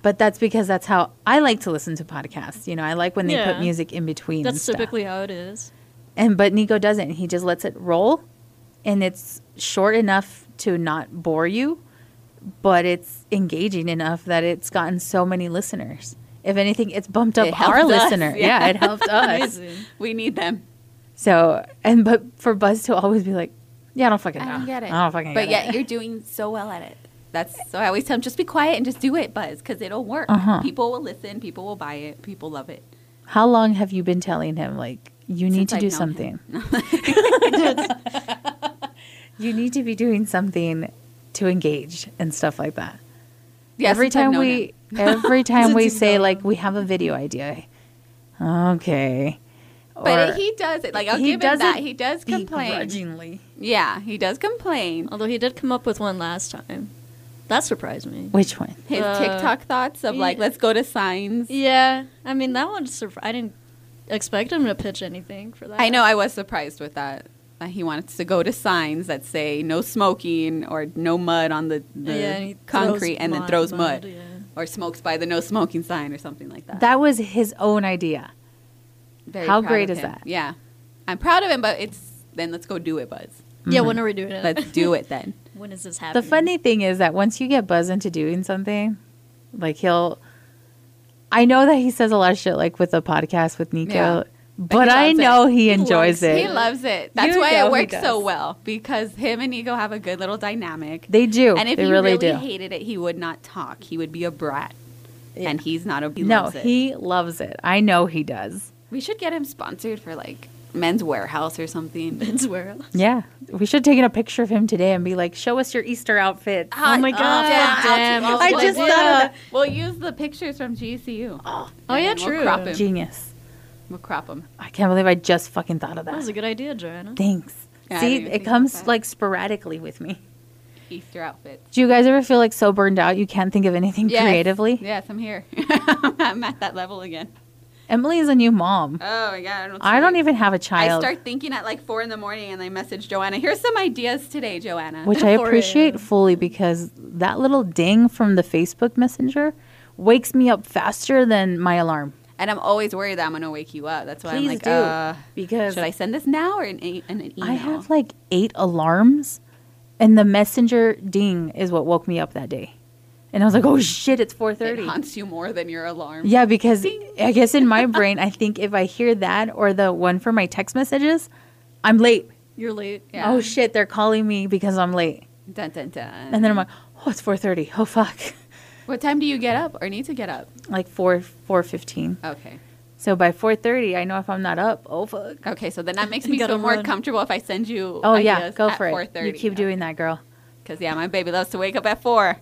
but that's because that's how I like to listen to podcasts. You know, I like when they put
Yeah.
music in between. and
That's
stuff.
typically how it is.
and but Nico doesn't. He just lets it roll, and it's short enough to not bore you, but it's engaging enough that it's gotten so many listeners. If anything, it's bumped up
It helped
our
us,
listener. Yeah.
yeah.
it helped us.
Amazing.
We need them.
So and but for Buzz to always be like, yeah, I don't fucking know. I don't fucking get
But yet
it.
you're doing so well at it. That's so I always tell them just be quiet and just do it, Buzz, because it'll work.
Uh-huh.
People will listen. People will buy it. People love it.
How long have you been telling him like you need
Since
to do
I've known him.
something? you need to be doing something to engage and stuff like that.
Yeah,
every
since I've
time
known
we
him.
every time we
Since you've
say
known
like
him.
we have a video idea. Okay.
But
Or-
he does it. Like I'll
he
give him that.
doesn't
He does complain.
begrudgingly.
Yeah, he does complain.
Although he did come up with one last time. That surprised me.
Which one?
His
Uh,
TikTok thoughts of like,
yeah.
let's go to signs.
Yeah, I mean that one. Surpri- I didn't expect him to pitch anything for that.
I know I was surprised with that. Uh, he wants to go to signs that say no smoking or no mud on the, the
he
concrete
throws
and then throws mud,
yeah.
or smokes by the no smoking sign or something like that.
That was his own idea.
Very
how
proud
great
of
is
him.
that?
Yeah. I'm proud of him, but it's then let's go do it, Buzz.
Yeah,
Mm-hmm.
when are we doing it?
Let's do it then.
when is this happening?
The funny thing is that once you get Buzz into doing something, like he'll. I know that he says a lot of shit, like with the podcast with Nico,
Yeah.
but
he
I
loves
know
it.
he
He
enjoys
loves-
it.
He loves it. That's
You
why
know
it
he
works
does.
so well because him and Ego have a good little dynamic.
They do.
and if
they
he
really,
really,
do.
hated it, he would not talk. He would be a brat.
Yeah.
And he's not a he
no,
loves it.
he loves it. I know he does.
We should get him sponsored for like Men's Warehouse or something.
Men's world.
Yeah, we should take a picture of him today and be like, "Show us your Easter outfit." oh my god!
damn.
I'll I just thought of that.
We'll use the pictures from GCU. Oh,
Oh, yeah,
We'll
true.
crop him.
Genius!
We'll crop him.
I can't believe I just fucking thought of
That was a
that.
good idea, Joanna.
Thanks.
Yeah, I didn't
See,
even
it
think about
comes
that.
like sporadically with me.
Easter outfit.
Do you guys ever feel like so burned out you can't think of anything creatively?
Yes, I'm here. I'm at that level again.
Emily is a new mom.
Oh my god, I don't.
I don't
sleep.
even have a
I
child,
start thinking at like four in the morning, and I message Joanna. Here's some ideas today, Joanna.
which I
4
appreciate
a.m.
fully because that little ding from the Facebook Messenger wakes me up faster than my alarm.
and I'm always worried that I'm gonna wake you up. That's why I'm
Please
like,
do,
uh,
because-
should I send this now or an, e- an, an email?
I have like eight alarms, and the messenger ding is what woke me up that day. And I was like, "Oh shit, it's
it
4.30.
haunts you more than your alarm.
Yeah, because I guess in my brain, I think if I hear that or the one for my text messages, I'm late.
You're late.
Yeah.
Oh shit, they're calling me because I'm late.
Dun dun dun.
And then I'm like, "Oh, it's 4.30. Oh fuck."
what time do you get up or need to get up?
Like 4 4:15.
Okay.
So by 4:30, I know if I'm not up. Oh fuck.
Okay, so then that makes
You
me
gotta
feel more
run.
comfortable if I send you.
Oh yeah,
ideas
go
at
for it.
4:30,
You keep doing that, girl.
Because yeah, my baby loves to wake up at four.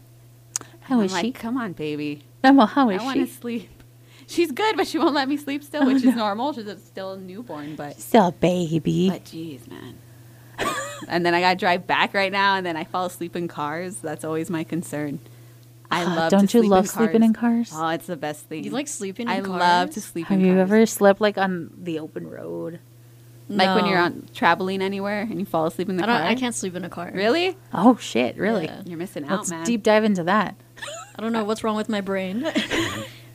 How
I'm
is
like,
she?
Come on, baby.
Emma, how is
I want
she? Oh,
to sleep. She's good, but she won't let me sleep still, which is normal. She's a- still a newborn, but
Still a baby.
but jeez, man. and then I gotta drive back right now, and then I fall asleep in cars. That's always my concern. I
Ah,
love.
don't
to
you
sleep
love
in
sleeping in cars?
Oh, it's the best thing.
You like sleeping in
I
cars?
love to sleep.
Have
in
you
cars.
ever slept like on the open road?
like when you're
No.
on traveling anywhere and you fall asleep in the
I don't.
car?
I can't sleep in a car.
Really?
Oh shit, really?
Yeah.
You're missing out,
Let's
man.
deep dive into that.
I don't know what's wrong with my brain.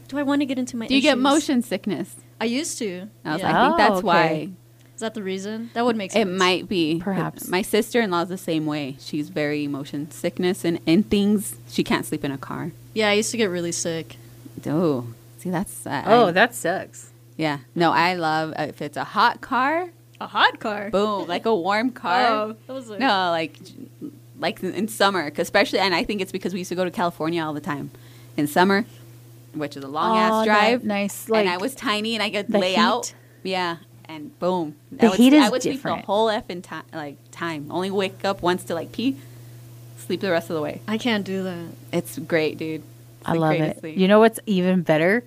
Do I want to get into my?
Do you get
issues?
motion sickness?
I used to.
I was
Yeah.
like, I think that's
Oh, okay.
why
Is that the reason? That would make
It
sense.
might be.
Perhaps.
My sister in law's the same way. She's very motion sickness and, and things. She can't sleep in a car.
Yeah, I used to get really sick.
Oh, see, that's. I, I-
Oh, that sucks.
Yeah. No, I love uh, if it's a hot car,
A hot car.
boom, like a warm car.
Oh, that was like,
No, like like in summer, 'cause especially, and I think it's because we used to go to California all the time in summer, which is a long
Oh, that
ass drive.
nice,
and I
like,
was tiny, and I could
the
lay out.
heat.
Yeah, and boom.
The
I would,
heat
I
is
would sleep
different.
the whole effing time. Like time, only wake up once to like pee, sleep the rest of the way.
I can't do that.
It's great, dude. It's
I
the
love
greatest
it.
thing.
You know what's even better?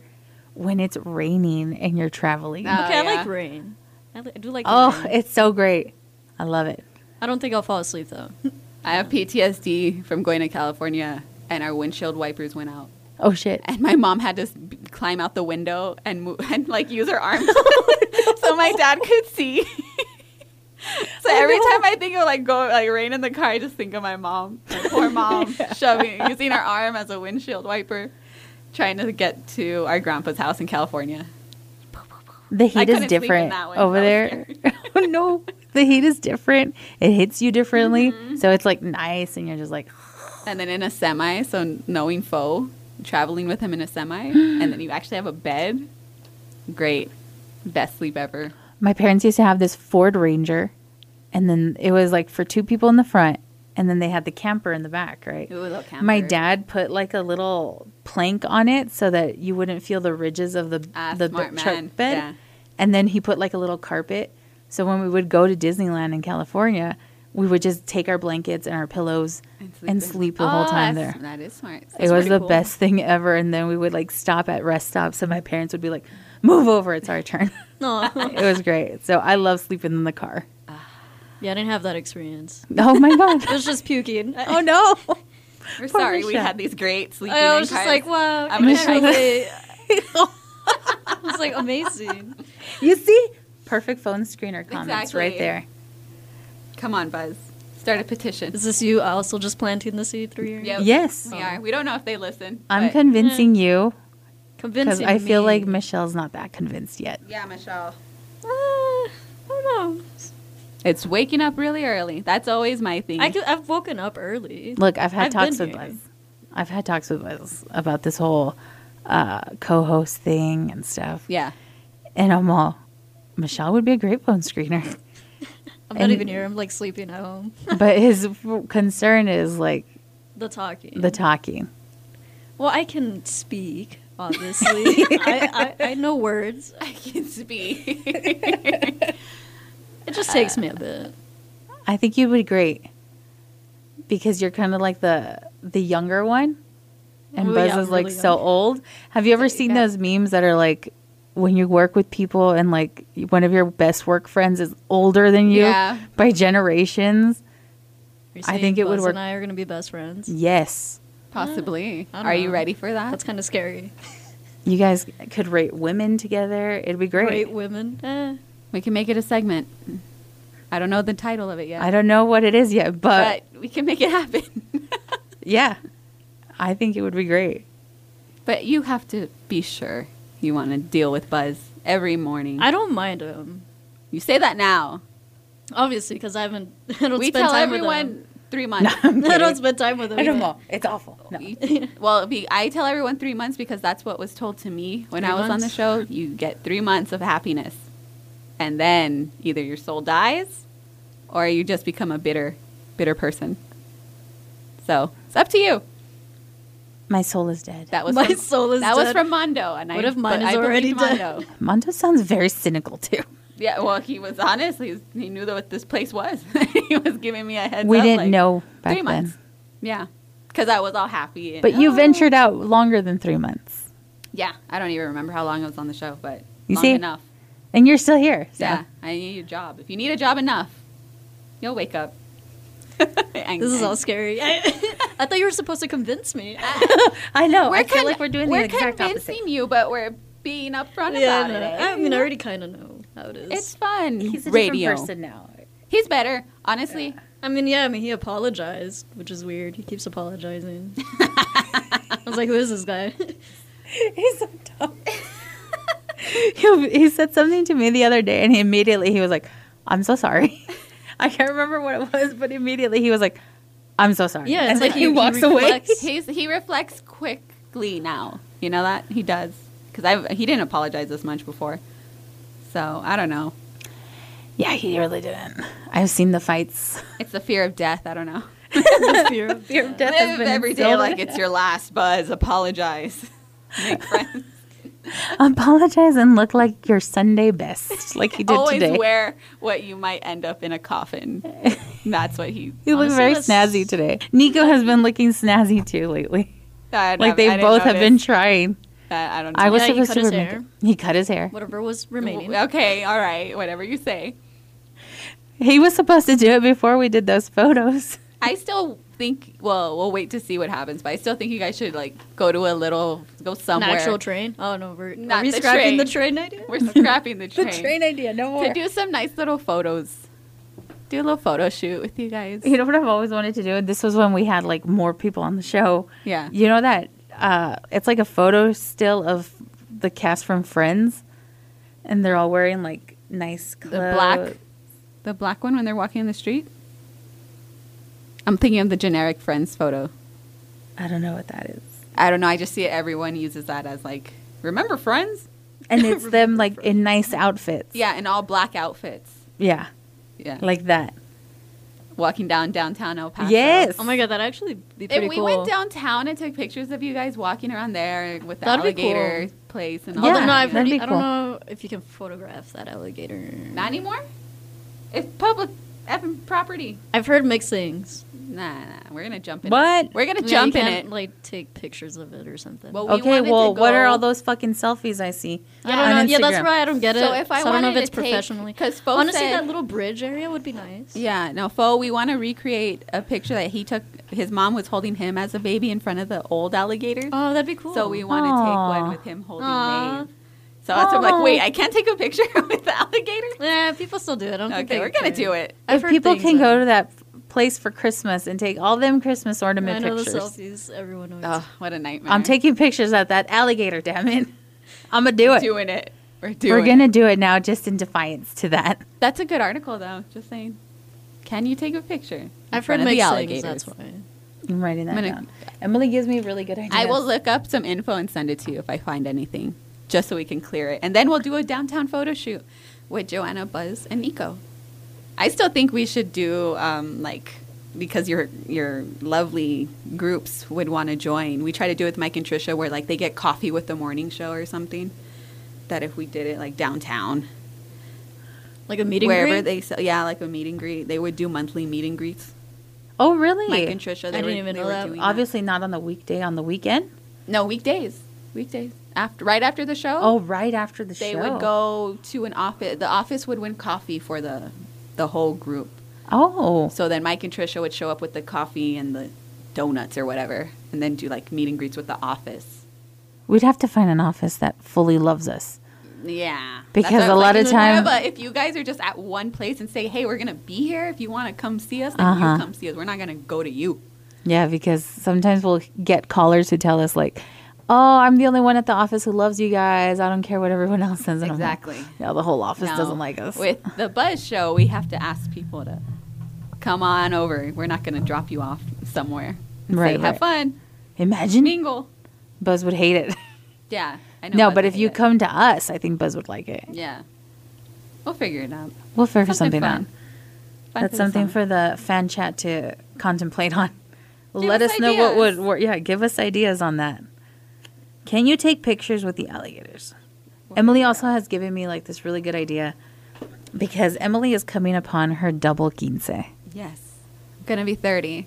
When it's raining and you're traveling.
Oh,
okay, I
yeah.
like rain. I, li- I do like. the
oh,
rain.
it's so great. I love it.
I don't think I'll fall asleep though.
I have PTSD from going to California, and our windshield wipers went out.
Oh shit.
and my mom had to s- b- climb out the window and move, and like use her arms so my dad could see. so every time I think of like go like rain in the car, I just think of my mom, my poor mom, shoving using her arm as a windshield wiper, trying to get to our grandpa's house in California.
The
I
heat
couldn't
is
sleep in
different
that one.
over
That
there.
was
oh no. The heat is different. It hits you differently.
Mm-hmm.
So it's like nice and you're just like
And then in a semi, so knowing foe, traveling with him in a semi, and then you actually have a bed. Great, best sleep ever.
my parents used to have this Ford Ranger and then it was like for two people in the front and then they had the camper in the back, right?
Ooh, little
My
camper.
dad put like a little plank on it so that you wouldn't feel the ridges of the
Ah,
the
smart
be- truck
man.
bed.
Yeah.
And then he put like a little carpet. So when we would go to Disneyland in California, we would just take our blankets and our pillows and sleep, the whole
Oh,
time
that's-
there.
That is smart.
It
That's
was
pretty
the
cool.
best thing ever. And then we would like stop at rest stops, and my parents would be like, "Move over, it's our turn."
No.
it was great. So I love sleeping in the car.
yeah, I didn't have that experience.
Oh my god!
It was just puking.
oh no!
We're
Poor
sorry we
Michelle.
had these great sleeping.
I was
in
just
cars.
like, wow.
I'm
I
a
can't
shock.
relate. It was like amazing.
You see, perfect phone screener comments right
Exactly.
there.
come on, Buzz, start a petition.
Is this you also just planting the seed through your
Yep.
Yes.
we are. We don't know if they listen.
I'm
but-
convincing you because
convincing
I feel
me.
like Michelle's not that convinced yet.
Yeah, Michelle.
Ah, I don't know.
It's waking up really early. That's always my thing.
I could, I've woken up early.
Look, I've had
I've
talks
been
with
here.
Liz. I've had talks with Liz about this whole uh, co-host thing and stuff.
yeah.
And I'm all, Michelle would be a great phone screener.
I'm not
and-
even here. I'm like sleeping at home.
but his f- concern is like
The talking.
the talking.
well, I can speak. Obviously, I, I, I know words.
I can speak.
It just takes me a bit.
I think you would be great because you're kind of like the the younger one, and
Oh,
Buzz
yeah,
is
really
like so
young.
old. Have you ever
So,
seen
yeah.
those memes that are like when you work with people and like one of your best work friends is older than you
Yeah.
by generations?
You're
I
saying
think it would
Buzz
work- Mm.
And I are gonna be best friends.
Yes.
Possibly.
I don't
Are you
know.
ready for that?
That's kind of scary.
You guys could rate women together. It'd be great.
Great women. Eh.
We can make it a segment. I don't know the title of it yet.
I don't know what it is yet, but,
but we can make it happen.
yeah, I think it would be great.
but you have to be sure you want to deal with Buzz every morning.
I don't mind him.
you say that now.
Obviously, because I haven't. I don't
We
spend
tell
time
everyone three
No,
months.
I'm
with him. I don't
kidding.
spend time with him.
I don't
either.
know. It's awful. No.
You- well, be, I tell everyone three months because that's what was told to me when
Three
I was on the
months?
show. You get three months of happiness, and then either your soul dies, or you just become a bitter, bitter person. So it's up to you.
My soul is dead.
That was
My
from,
soul is
that was
dead.
from Mondo, and
What
I
if mine
but
is
I believed
already dead?
Mondo.
Mondo sounds very cynical too.
Yeah, well, he was honest. He, was, he knew that what this place was. he was giving me a heads
we
up.
didn't
like,
know back
three
then.
months. Yeah, because I was all happy. and,
But you
"Oh."
ventured out longer than three months,
Yeah, I don't even remember how long I was on the show, but
You
long
see?
enough.
and you're still here. So.
Yeah, I need a job. If you need a job enough, you'll wake up.
This is all scary. I, I thought you were supposed to convince me.
I know.
We're
I feel
con-
like we're doing
we're
the exact
convincing
opposite.
you, but we're being upfront
yeah, I,
about
know.
it.
I mean, I already kind of know how it is.
it's fun.
He's a
Radio.
different person now.
He's better, honestly.
I mean, yeah, I mean, he apologized, which is weird. He keeps apologizing. I was like, who is this guy?
He's so dumb. he, he said something to me the other day, and he immediately he was like, "I'm so sorry." I can't remember what it was, but immediately he was like, "I'm so sorry."
Yeah, it's
and
like
then
he-
he
he
walks away.
reflects.
He's, he reflects quickly now. You know that he does because he didn't apologize this much before. So I don't know.
Yeah, he really didn't. I've seen the fights.
It's the fear of death. I don't know.
the fear of
Fear of death has
Live
been
every day
instilled.
like it's your last buzz. Apologize. Make friends.
Apologize and look like your Sunday best, like he did
Always
today.
wear what you might end up in a coffin. That's what he.
You look
Honestly,
very
that's-
snazzy today. Nico has been looking snazzy too lately.
I
Like
don't- I
they
didn't
both have been
notice.
trying.
I, I don't.
I
know.
was
Yeah, he
supposed
cut
to
his
remake
hair.
it. He cut his hair.
Whatever was remaining.
Okay, all right, whatever you say.
He was supposed to do it before we did those photos.
I still think. Well, we'll wait to see what happens, but I still think you guys should like go to a little, go
An
somewhere.
actual train? Oh, no, we're,
Not
are we
the
scrapping
train.
the train idea?
We're scrapping the train.
idea, no
to do some nice little photos. Do a little photo shoot with you guys.
You know what I've always wanted to do? And This was when we had like more people on the show.
Yeah.
You know that uh, it's like a photo still of the cast from Friends, and they're all wearing like nice
The
clothes.
black, the black one when they're walking in the street. I'm thinking of the generic friends photo.
I don't know what that is.
I don't know. I just see it. Everyone uses that as like, remember friends?
And it's them like in nice outfits.
Yeah, in all black outfits.
Yeah.
Yeah,
Like that.
walking down downtown El Paso.
Yes.
Oh my god, that'd actually be
If
pretty
we
cool.
went downtown and took pictures of you guys walking around there with the
That'd be
alligator place and all
Yeah,
Although,
that.
no, I've
that'd
already,
be
I don't
cool.
know if you can photograph that alligator.
Not anymore. It's public effing property.
I've heard mixed things.
Nah, nah, we're gonna jump in.
What?
It. We're gonna
Yeah, you
jump in
can't,
it.
Like take pictures of it or something.
Well, we
Okay,
wanted to
well, what are
go-
all those fucking selfies I see?
I don't know.
on
Yeah, that's
Instagram?
why I don't get it.
So if I
don't know
wanted
if
to
it's
take-
professionally.
'cause Fo
honestly,
said-
that little bridge area would be nice.
Yeah, no, Fo, we want to recreate a picture that he took. His mom was holding him as a baby in front of the old alligators.
Oh, that'd be cool.
So we want to
Aw.
take one with him holding
Aw.
Maeve. So that's what I'm like,
Aw.
wait, I can't take a picture with the alligator?
Yeah, people still do it. I don't think
Okay,
they
we're going to
care.
do it.
I've
if
heard
people
things
can
about
go
it.
to that f- place for Christmas and take all them Christmas
I
ornament
know the
pictures,
selfies. Everyone always.
Oh, what a nightmare.
I'm taking pictures at that alligator. Damn it! I'm gonna do it.
doing it. We're doing
We're
it.
gonna do it now, just in defiance to that.
That's a good article, though. Just saying. Can you take a picture? in
I've heard
front of
mixed things. That's why.
I'm writing that
I'm gonna-
down. Emily gives me really good ideas.
I will look up some info and send it to you if I find anything, just so we can clear it. And then we'll do a downtown photo shoot with Joanna, Buzz, and Nico. I still think we should do um, like because your your lovely groups would want to join. We try to do it with Mike and Trisha, where like they get coffee with the morning show or something. That if we did it like downtown,
Like a meeting
wherever
greet?
they sell, yeah, like a meet and greet, they would do monthly meet and greets.
Oh, really?
Mike and Trisha, they
I
were,
didn't even
they
know
were
that.
doing
Obviously, not on the weekday. On the weekend.
No, weekdays. Weekdays. After right after the show.
Oh, right after the
they
show.
would go to an office the office would win coffee for the the whole group.
Oh,
So then Mike and Trisha would show up with the coffee and the donuts or whatever and then do like meet and greets with the office.
We'd have to find an office that fully loves us.
Yeah.
Because
That's what
a lot
I'm like,
of
in Aurora,
time-
But if you guys are just at one place and say, hey, we're going to be here, if you want to come see us, then
Uh-huh.
you come see us. We're not going to go to you.
Yeah, because sometimes we'll get callers who tell us like, "Oh, I'm the only one at the office who loves you guys. I don't care what everyone else says." And I'm like,
Exactly.
no, the whole office
No.
doesn't like us.
With the Buzz Show, we have to ask people to come on over. We're not going to drop you off somewhere. and say,
Right, right.
have fun.
Imagine
Mingle.
Buzz would hate it.
Yeah. I know
No,
Buzz
but
would
if
hate
you
it.
come to us, I think Buzz would like it.
Yeah. We'll figure it out.
We'll figure something,
fun.
out.
Fun
That's
the
something
summer.
for the fan chat to contemplate on.
Give
Let
us
us, know what would
ideas.
work. Yeah, give us ideas on that. Can you take pictures with the alligators? Emily also has given me like this really good idea because Emily is coming upon her double quince.
Yes. I'm going to be 30.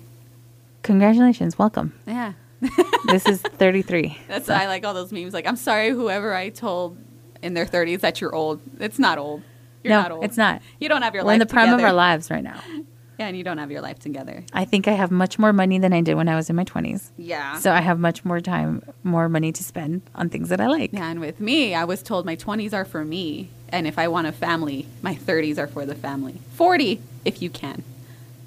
Congratulations, welcome.
Yeah.
This is 33.
That's why I like all those memes. Like, I'm sorry, whoever I told in their 30s that you're old. It's not old. You're
no,
not old.
it's not.
You don't have your
We're
life
in the prime of
together.
our lives right now.
Yeah, and you don't have your life together.
I think I have much more money than I did when I was in my 20s.
Yeah.
So I have much more time, more money to spend on things that I like.
yeah, and with me, I was told my 20s are for me. And if I want a family, my 30s are for the family. 40 if you can.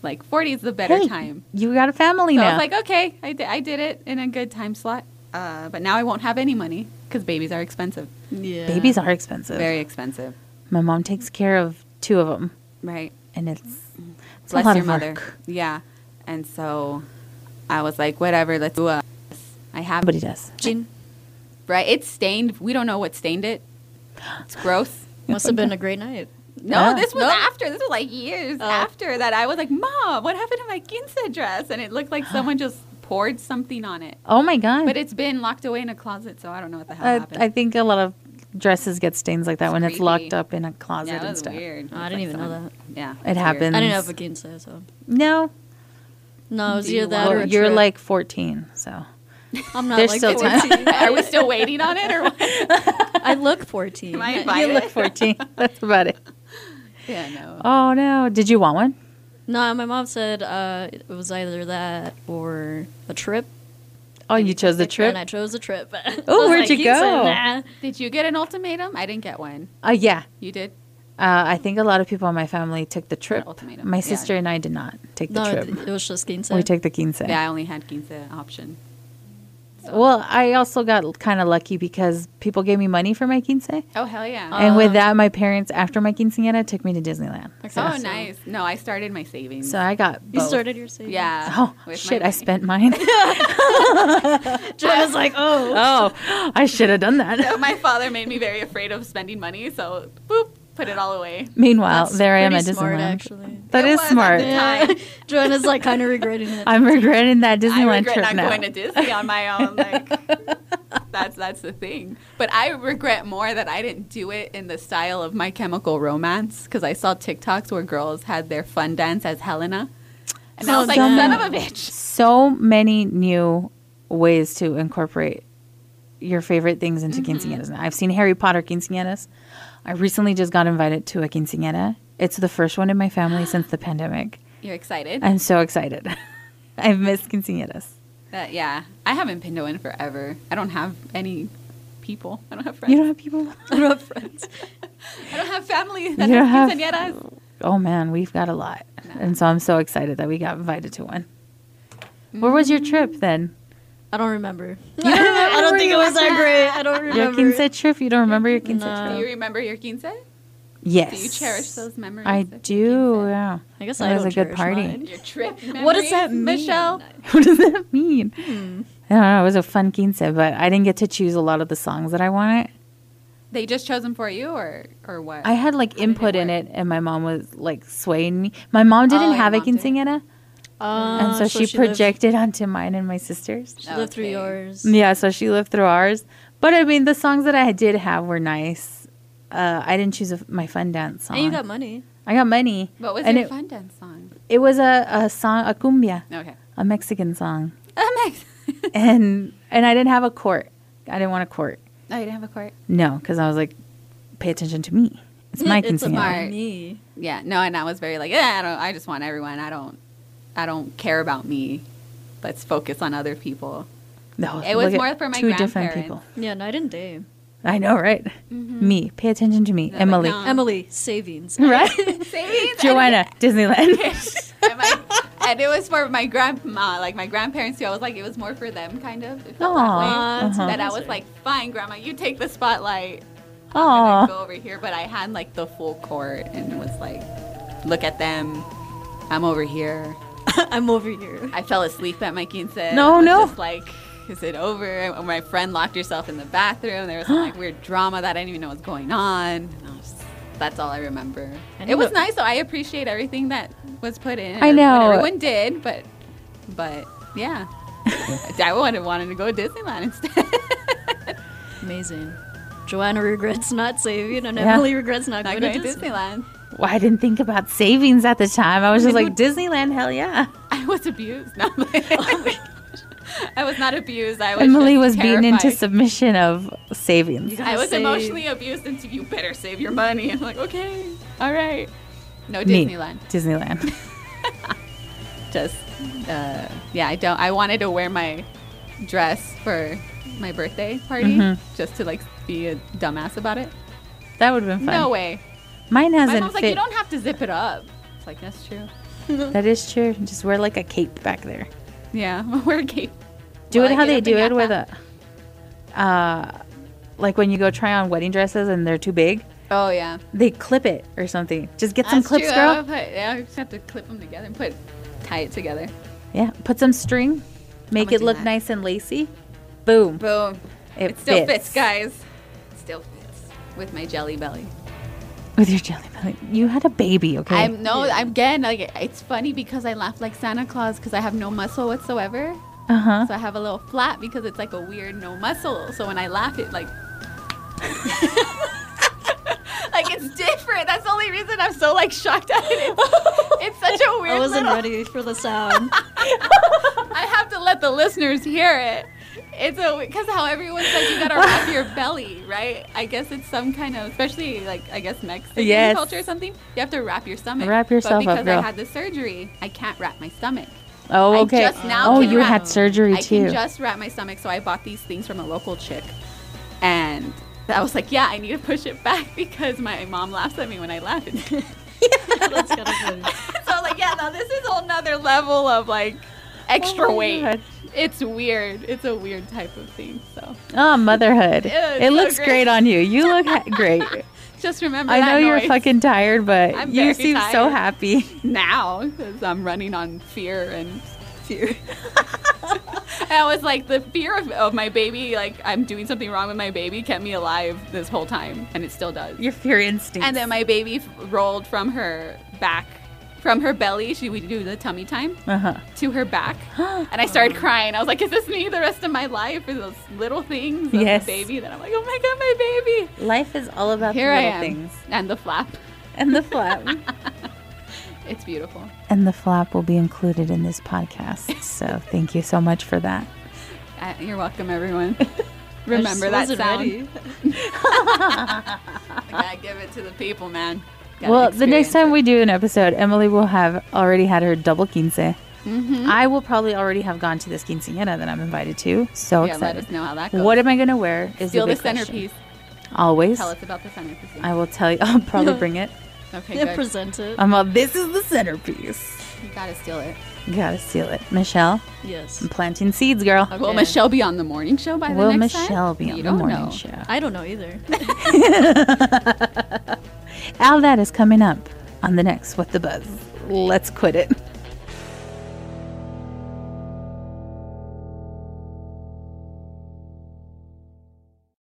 Like, 40 is the better
Hey,
time.
You got a family
So I
now.
was like, okay, I di- I did it in a good time slot. Uh, but now I won't have any money because babies are expensive.
Yeah.
Babies are expensive.
Very expensive.
My mom takes care of two of them,
Right.
and it's, it's a
Bless
lot
your
of
mother.
work.
Yeah. And so I was like, whatever, let's do a. I have
Nobody does.
Gin.
Right. It's stained. We don't know what stained it. It's gross.
Must have been a great night.
No,
Yeah.
this was after. This was like years
Oh.
after that. I was like, Mom, what happened to my quince dress? And it looked like someone just poured something on it.
Oh my god!
But it's been locked away in a closet, so I don't know what the hell
I,
happened.
I think a lot of dresses get stains like that
It's
when it's locked
creepy.
up in a closet
yeah, it
and
was
stuff.
weird.
Oh, I didn't even know that.
Yeah,
It happened.
I didn't have a quince, so.
No,
No, it was
Do you
either that
want-
or
well,
a
Oh, you're
trip.
like 14, so
I'm not
there's
like
still time.
14.
Are we still waiting on it or what?
I look 14.
Am I
you
invited?
look 14. That's about it.
yeah, no.
Oh no! Did you want one?
No, my mom said uh, it was either that or a trip.
Oh, you chose the trip.
And I chose a trip.
Oh,
I was
where'd you
"Quince,
go?"
nah.
Did you get an ultimatum? I didn't get one.
Uh, yeah.
You did?
Uh, I think a lot of people in my family took the trip.
ultimatum.
My
Yeah.
sister and I did not take the
No,
trip.
it was just quince.
we took the quince.
Yeah, I only had quince option.
Well, I also got kind of lucky because people gave me money for my quince.
Oh hell yeah!
and
Ah.
with that, my parents, after my quinceanera, took me to Disneyland.
Okay.
oh
so-
nice. No, I started my savings.
So I got
You
both.
started your savings.
yeah.
Oh,
with my
shit, I
money.
spent mine.
I was like, oh.
oh, I should have done that.
So my father made me very afraid of spending money, so boop, put it all away.
Meanwhile,
That's
there I am at
pretty
Disneyland.
smart, actually.
That
It
is
was at
smart.
the time.
Yeah. Joanna's like kind of regretting it.
I'm regretting that Disneyland
I regret
trip
not
now.
going to Disney on my own. Like that's that's the thing. But I regret more that I didn't do it in the style of My Chemical Romance because I saw TikToks where girls had their fun dance as Helena, and I
So
was like,
dumb.
son of a bitch.
so many new ways to incorporate your favorite things into
Mm-hmm.
quinceañeras. Now, I've seen Harry Potter quinceañeras. I recently just got invited to a quinceañera. It's the first one in my family since the pandemic.
You're excited?
I'm so excited. I've missed quinceañeras.
That- Uh, yeah, I haven't been to one forever. I don't have any people. I don't have friends.
You don't have people.
reference.
I don't have family
You
that
don't
has
have-
quinceañeras.
Oh man, we've got a lot, and so I'm so excited that we got invited to one. Where was your trip then?
I don't remember. Mm. I don't think it was that great. I don't
Your
remember.
quince trip? You don't remember your quince
Do
No.
trip?
you remember your quince?
uh, Yes.
Do you cherish those memories?
I
of your
do.
quince?
Yeah.
I guess
That
I
was
don't
a good
cherish
party.
mine.
Your trip.
What does that
memories,
mean?
Michelle?
What does that mean?
Hmm.
I don't know. It was a fun quince, but I didn't get to choose a lot of the songs that I wanted.
They just chose them for you, or or what?
I had like
did it
input in
work?
it, and my mom was like swaying me. My mom didn't
Oh, your
have a
mom didn't. Oh,
quinceanera,
Uh,
and so, she,
lived-
projected onto mine and my sisters.
she lived through
Okay.
yours.
Yeah, so she lived through ours. But I mean, the songs that I did have were nice. Uh, I didn't choose a, my fun dance song.
And you got money.
I got money.
what was
and
your
it,
fun dance song?
it was a, a song, a cumbia,
Okay.
a Mexican song,
Um,
and and I didn't have a court. I didn't want a court.
oh, you didn't have a court.
No, because I was like, pay attention to me. It's my
it's
consent.
about
Right.
me.
Yeah. No, and I was very like, yeah, I don't. I just want everyone. I don't. I don't care about me. Let's focus on other people.
No,
It was
look at
more for my
two different
grandparents. Mm-hmm.
people.
Yeah, night and day.
I know, right? Me, pay attention to me,
They're like,
Emily,
no. Um,
Emily, savings.
right?
Savings.
Joanna, Disneyland.
and, my, and it was for my grandma, like my grandparents too. I was like, it was more for them, kind of. It felt that, way.
Aw, that's
that I was
amazing.
like, fine, grandma, you take the spotlight.
Aw.
And I go over here, but I had like the full court and was like, look at them. I'm over here.
I'm over here.
I fell asleep at my quince.
No,
I was
no.
Just like, is it over? And my friend locked herself in the bathroom. There was some like weird drama that I didn't even know was going on. And I was just- that's all I remember.
I
it was
know-
nice, though. I appreciate everything that was put in. and
I know.
what everyone did, but but yeah, I would have wanted to go to Disneyland instead.
Amazing. Joanna regrets not saving, and
Yeah.
Emily regrets not,
Not
going,
going to
to Disney.
Disneyland.
Well, I didn't think about savings at the time. I was just like Disneyland, hell yeah.
I was abused. No, I was not abused. I was
Emily
just
was beaten into
terrified.
submission of savings.
You
I was
Save.
emotionally abused into you better save your money. I'm like, okay, all right. No
Me,
Disneyland.
Disneyland.
Just, uh, yeah, I don't. I wanted to wear my dress for my birthday party
Mm-hmm.
just to like be a dumbass about it.
That would have been fun.
No way.
Mine
My
hasn't
mom's like, you
fit.
don't have to zip it up. It's like that's true.
that is true. Just wear like a cape back there.
Yeah, we're gay.
Do
Well,
it
I
how
get
they
up
do
and
it with
yap
a, uh, like when you go try on wedding dresses and they're too big,
Oh yeah.
they clip it or something. Just get some
That's
clips,
true. I
girl.
would put- yeah, I just have to clip them together and put tie it together.
Yeah, put some string, make
I'ma
it
do
look
that.
nice and lacy. Boom.
Boom.
It,
It, still fits.
fits,
guys. Still fits with my jelly belly.
With your jelly belly. You had a baby, okay?
I'm no, I'm getting like it's funny because I laugh like Santa Claus because I have no muscle whatsoever.
uh huh.
So I have a little flat because it's like a weird no muscle. So when I laugh, it like like it's different. That's the only reason I'm so like shocked at it. It's, it's such a weird.
I wasn't
little-
ready for the sound.
I have to let the listeners hear it. It's a because how everyone says you gotta wrap your belly, right? I guess it's some kind of especially like I guess Mexican
Yes.
culture or something. You have to wrap your stomach.
Wrap yourself up,
but because
girl.
I had the surgery, I can't wrap my stomach.
Oh,
I
okay.
just now
oh,
can
you
wrap-
had surgery
I
too.
can just wrap my stomach, so I bought these things from a local chick, and I was like, yeah, I need to push it back because my mom laughs at me when I laugh. so
That's kind of funny.
I was like, yeah, no, this is a whole nother level of like extra
Oh my
weight.
God.
It's weird. It's a weird type of thing. So
Oh, motherhood.
Yeah, it's
it
so
looks
great.
great on you. You look ha- great.
just remember.
I
that
know you're
noise
fucking tired, but
I'm
you
very
seem so
tired.
happy.
now because I'm running on fear and fear. I was like the fear of, of my baby, like I'm doing something wrong with my baby, kept me alive this whole time, and it still does.
Your fear instincts.
And then my baby f- rolled from her back, from her belly. She we do the tummy time
uh-huh.
to her back, and I started crying. I was like, "Is this me the rest of my life? Are those little things of
Yes.
the baby?" That I'm like, "Oh my god, my baby!"
Life is all about
Here
the
I
little
am,
things.
and the flap.
And the flap.
It's beautiful.
and the flap will be included in this podcast. So thank you so much for that.
Uh, you're welcome, everyone.
I just
Remember that
wasn't
sound.
ready.
I gotta give it to the people, man. Gotta
well, the next
experience
time
it.
we do an episode, Emily will have already had her double quince.
Mm-hmm.
I will probably already have gone to this quinceañera that I'm invited to. So
yeah, let
excited.
us know how that goes.
What am I going to wear? Is
Steal the
big question.
centerpiece.
Always.
Tell us about the centerpiece.
I will tell you. I'll probably bring it.
okay,
Yeah,
good.
present it.
I'm all, this is the centerpiece.
you gotta steal it.
You gotta steal it. Michelle,
yes.
I'm planting seeds, girl.
Okay. Will
Okay.
Michelle be on the morning show by the
Will
next time?
Michelle be
You
on the
don't
morning
know.
show?
I don't know either.
All that is coming up on the next What the Buzz. Let's quit it.